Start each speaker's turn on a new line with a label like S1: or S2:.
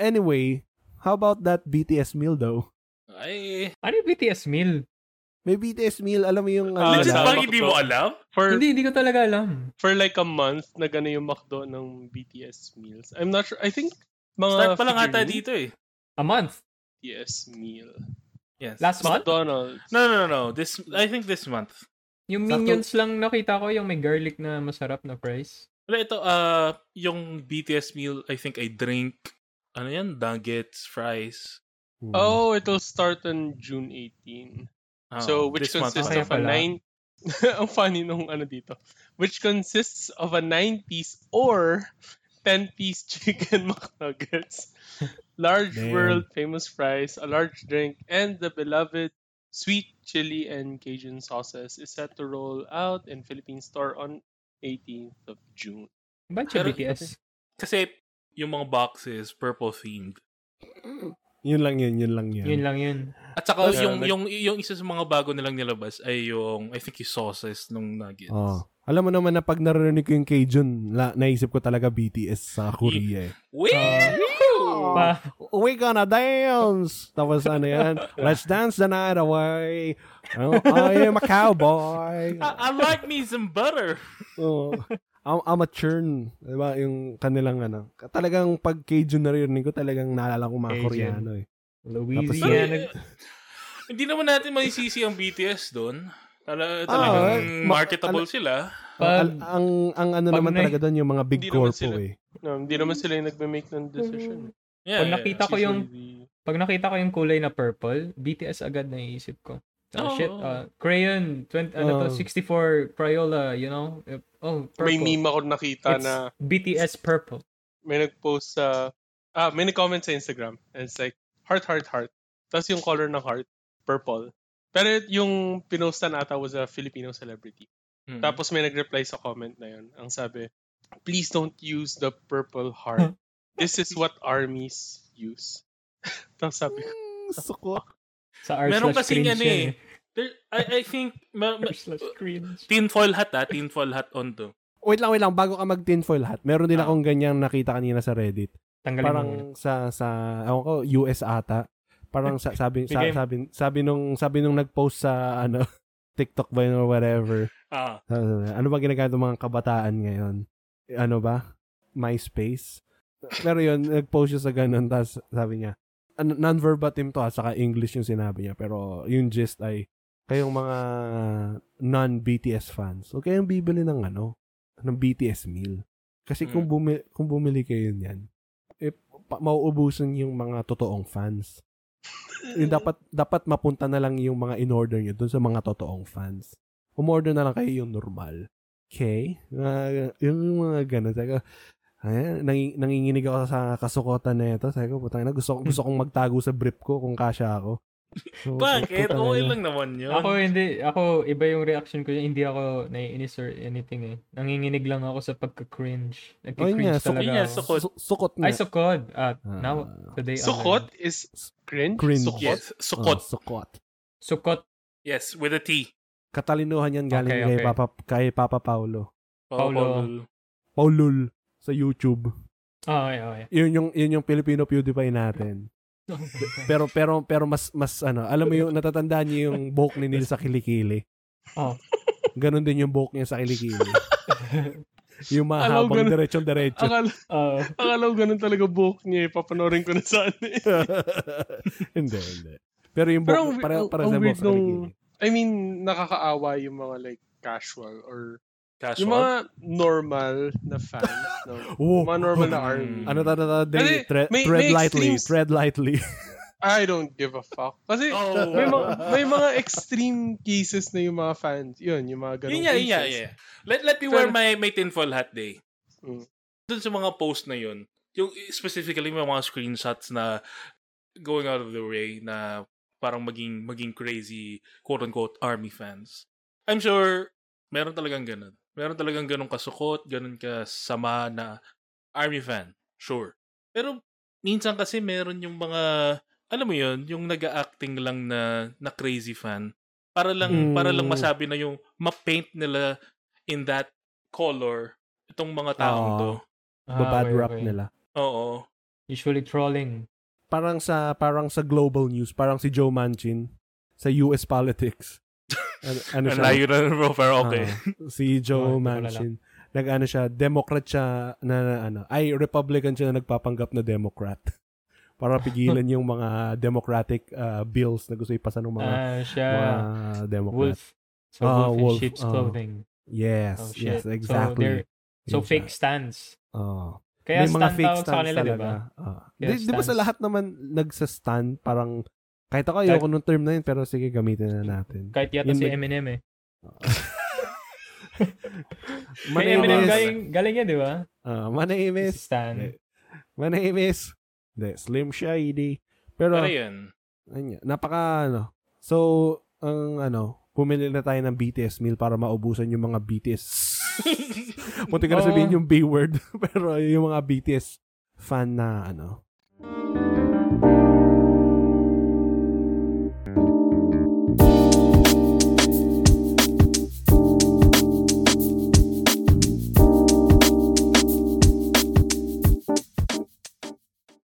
S1: anyway, how about that BTS meal though?
S2: Ay,
S3: Ano yung BTS meal?
S1: May BTS meal, alam mo yung... ano,
S2: Ah,
S4: Legit
S2: sa
S4: bang
S2: Macdo.
S4: hindi mo alam?
S2: for
S3: Hindi, hindi ko talaga alam.
S2: for like a month, nagano yung McDo ng BTS meals. I'm not sure. I think
S4: Start
S2: mga
S4: pa lang ata
S2: figurine
S4: dito eh.
S3: A month?
S2: BTS meal.
S4: Yes.
S3: Last month?
S2: McDonald's.
S4: No, no, no, no. This I think this month.
S3: Yung
S1: Sakto.
S3: minions lang nakita ko, yung may garlic na masarap na fries.
S4: Wala ito uh yung BTS meal I think I drink ano yan nuggets fries.
S1: Hmm.
S2: Oh, it'll start on June 18.
S4: Ah,
S2: so, which
S4: this month.
S2: consists of
S3: Okay
S2: a
S3: pala.
S2: nine... Ang funny nung ano dito. Which consists of a 9-piece or 10-piece chicken McNuggets, large
S1: Damn.
S2: world famous fries, a large drink, and the beloved sweet chili and Cajun sauces is set to roll out in Philippine store on 18th of June.
S3: Ba't siya
S4: Pero-
S3: BTS?
S4: Kasi yung mga boxes purple themed.
S1: Yun lang yun, yun lang yun.
S3: Yun lang yun.
S4: At saka
S2: Yeah,
S4: yung
S2: like-
S4: yung yung isa sa mga bago nilang nilabas ay yung I think yung sauces nung nuggets.
S1: Oh. Alam mo naman na pag narinig ko yung Cajun, la, naisip ko talaga BTS sa Korea eh.
S4: Wee!
S3: Pa,
S1: We gonna dance! Tapos ano yan, let's dance the night away. Oh, I am a cowboy.
S4: I, I
S3: Ah,
S4: like me some butter.
S1: Oh. I'm, I'm a churn. Diba? Yung kanilang ano. Talagang pag Cajun narinig ko, talagang naalala ko mga
S3: Cajun.
S1: Koreano eh.
S4: Pero,
S3: Louisiana.
S4: eh, hindi naman natin maisisi ang BTS doon.
S1: eh,
S4: Tala, talagang
S1: ma-
S4: marketable sila.
S1: Al-
S3: Pag,
S1: ang, ang ano
S3: pag
S1: naman
S3: na-
S1: talaga doon, yung mga big
S2: Hindi naman
S1: corpo
S2: sila-
S1: eh.
S2: No, hindi naman sila yung nagme-make ng decision.
S4: Yeah,
S3: Pag
S4: yeah,
S3: nakita
S4: yeah.
S3: ko yung-
S2: Usually,
S3: pag nakita ko yung kulay na purple, BTS agad naiisip ko. Oh,
S4: Oo.
S3: shit. ah, crayon, 20, ano to,
S1: Oo.
S3: 64 Crayola, you know? Eh, Oh, purple.
S2: May meme ako nakita
S3: It's
S2: na
S3: BTS purple.
S2: may nag-post sa ah may nag-comment sa Instagram and it's like heart heart heart. Tapos yung color ng heart purple. Pero yung pinostan ata was a Filipino celebrity.
S4: Mm.
S2: Tapos may nag-reply sa comment na yun. Ang sabi, please don't use the purple heart. This is what armies use. Tapos sabi ko,
S1: Mm, Suko.
S3: Sa R
S4: Meron
S3: slash
S4: kasing
S3: cringe
S4: ano
S3: yan,
S4: eh. There- I, I think ma, ma,
S3: R slash cringe.
S4: tinfoil hat ah, tinfoil hat on to.
S1: Wait lang, wait lang. Bago ka mag-tinfoil hat, meron din
S4: Ah.
S1: akong ganyang nakita kanina sa Reddit.
S3: Tanggalin
S1: parang
S3: mo.
S1: sa sa ewan ko US ata. Parang sa, sabi sa,
S3: Bigay mo.
S1: sabi sabi nung sabi nung nag-post sa ano TikTok ba yun or whatever.
S4: Ah,
S1: Sabi nila, Ano ba ginagawa ng mga kabataan ngayon? Ano ba? MySpace. Pero yun, nag-post siya sa ganun. Tapos sabi niya, ano, non-verbatim to ha, saka English yung sinabi niya. Pero yung gist ay, kayong mga non-BTS fans, huwag kayong bibili ng ano, ng BTS meal. Kasi kung, bumi- kung bumili kayo niyan, eh, pa- mauubusan yung mga totoong fans. yung dapat dapat mapunta na lang yung mga in-order nyo dun sa mga totoong fans. Umorder na lang kayo yung normal. Okay? Mga- yung mga ganun. Sabi ko, ayan, nanging- nanginginig ako sa kasukotan na ito. Sabi ko, putang na, gusto, gusto kong magtago sa brief ko kung kasya ako. So,
S4: bakit?
S1: putang
S4: Okay
S1: ina.
S4: lang naman yun.
S3: Ako hindi, ako iba yung reaction ko. Hindi ako naiinis or anything eh. Nanginginig lang ako sa pagka-cringe.
S1: Oh, yun nga, sukot
S3: Nagka-cringe talaga
S4: yun nga,
S3: ako.
S4: sukot.
S1: Su- sukot na.
S3: Ay, sukod. Ah,
S1: Ah.
S3: now, today ano
S2: sukot
S3: online.
S2: is cringe?
S1: Cringe.
S2: Sukot?
S4: yes,
S1: Oh,
S4: sukot.
S1: sukot.
S3: Sukot.
S4: Yes, with a T.
S1: Katalinuhan yan galing
S3: Okay,
S1: kay,
S3: okay.
S1: Papa, kay Papa Paolo.
S4: Paul-
S3: Paulo.
S4: Paul.
S1: Paulul sa YouTube.
S3: Ah, okay, okay.
S1: Yun yung yun yung Filipino PewDiePie natin. Pero pero pero mas mas ano, alam mo yung natatandaan niyo yung buhok ni Neil sa kilikili.
S3: Oh.
S1: Ganon din yung buhok niya sa kilikili. yung
S2: Alam,
S1: mahabang
S2: ganun.
S1: diretsong diretso.
S2: Akala,
S3: Ah,
S2: akala ko ganun talaga buhok niya eh. Papanorin ko na sa ano eh.
S1: hindi, hindi. Pero yung
S2: Pero
S1: buhok,
S2: ang-
S1: para,
S2: ang-
S1: para
S2: ang
S1: sa buhok
S2: weird
S1: sa
S2: nung-
S1: kilikili.
S2: I mean, nakakaawa yung mga like casual or
S4: Casual.
S2: yung mga normal na fans. no?
S1: Oh,
S2: Mga normal na
S4: Hmm.
S2: army.
S1: ano ta ta ta,
S2: Kasi
S1: they- tre-
S2: may-
S1: tread
S2: may
S1: lightly,
S2: extremes.
S1: tread lightly.
S2: I don't give a fuck. Kasi
S4: Oh.
S2: may, mga, may mga extreme cases na yung mga fans. Yun, yung mga ganun
S4: Yun yeah,
S2: cases.
S4: yeah, yeah. Let, let me wear my, my tinfoil hat day.
S2: Mm.
S4: Dun sa mga post na yun, yung specifically may mga screenshots na going out of the way na parang maging maging crazy quote-unquote army fans. I'm sure meron talagang ganun. Meron talagang ganun kasukot, ganun kasama na army fan. Sure. Pero minsan kasi meron yung mga alam mo yun, yung nag-acting lang na na crazy fan para lang para lang
S1: Mm.
S4: masabi na yung ma-paint nila in that color itong mga taong
S1: Oo.
S4: to.
S3: ah,
S1: Babad
S3: okay,
S1: rap
S3: okay.
S1: nila.
S4: Oo.
S3: Usually trolling.
S1: Parang sa parang sa global news, parang si Joe Manchin sa US politics. Ano, ano
S4: Ang
S1: siya?
S4: layo na ng profile. Okay.
S1: Ah, si Joe
S3: Oh, hindi ko
S1: Manchin. Nag-ano siya, Democrat siya na, na ano, ay Republican siya na nagpapanggap na Democrat. Para pigilan yung mga Democratic ah, bills na gusto ipasa ng mga,
S3: Ah, siya.
S1: mga Democrat.
S3: wolf. So,
S1: Ah,
S3: wolf in
S1: wolf,
S3: sheep's
S1: ah.
S3: clothing.
S1: Yes,
S3: Oh,
S1: yes,
S3: shit. So,
S1: exactly. Oh.
S3: they're- So,
S1: Exact-
S3: fake stance.
S1: Oo.
S3: Kaya
S1: May
S3: stand
S1: mga fake
S3: tawag sa
S1: stance
S3: kanila, di
S1: talaga.
S3: ba?
S1: Oo.
S3: Kaya
S1: Di, di ba sa
S3: stance.
S1: lahat naman nagsa-stand, parang, kahit ako ayoko nung term na yun, pero sige, gamitin na natin.
S3: Kahit yata
S1: Yun
S3: si
S1: ba-
S3: Eminem eh. Kay Eminem
S1: Manaimis.
S3: galing, galing yan, di ba?
S1: Ah, manaimis.
S3: Stan.
S1: My name is the Slim Shady. Pero,
S4: Pero yun.
S1: anya, napaka, ano, so, ang, ano, pumili na tayo ng BTS meal para maubusan yung mga BTS. Munti ka na
S3: Oo.
S1: sabihin yung B word, pero yung mga BTS fan na, ano.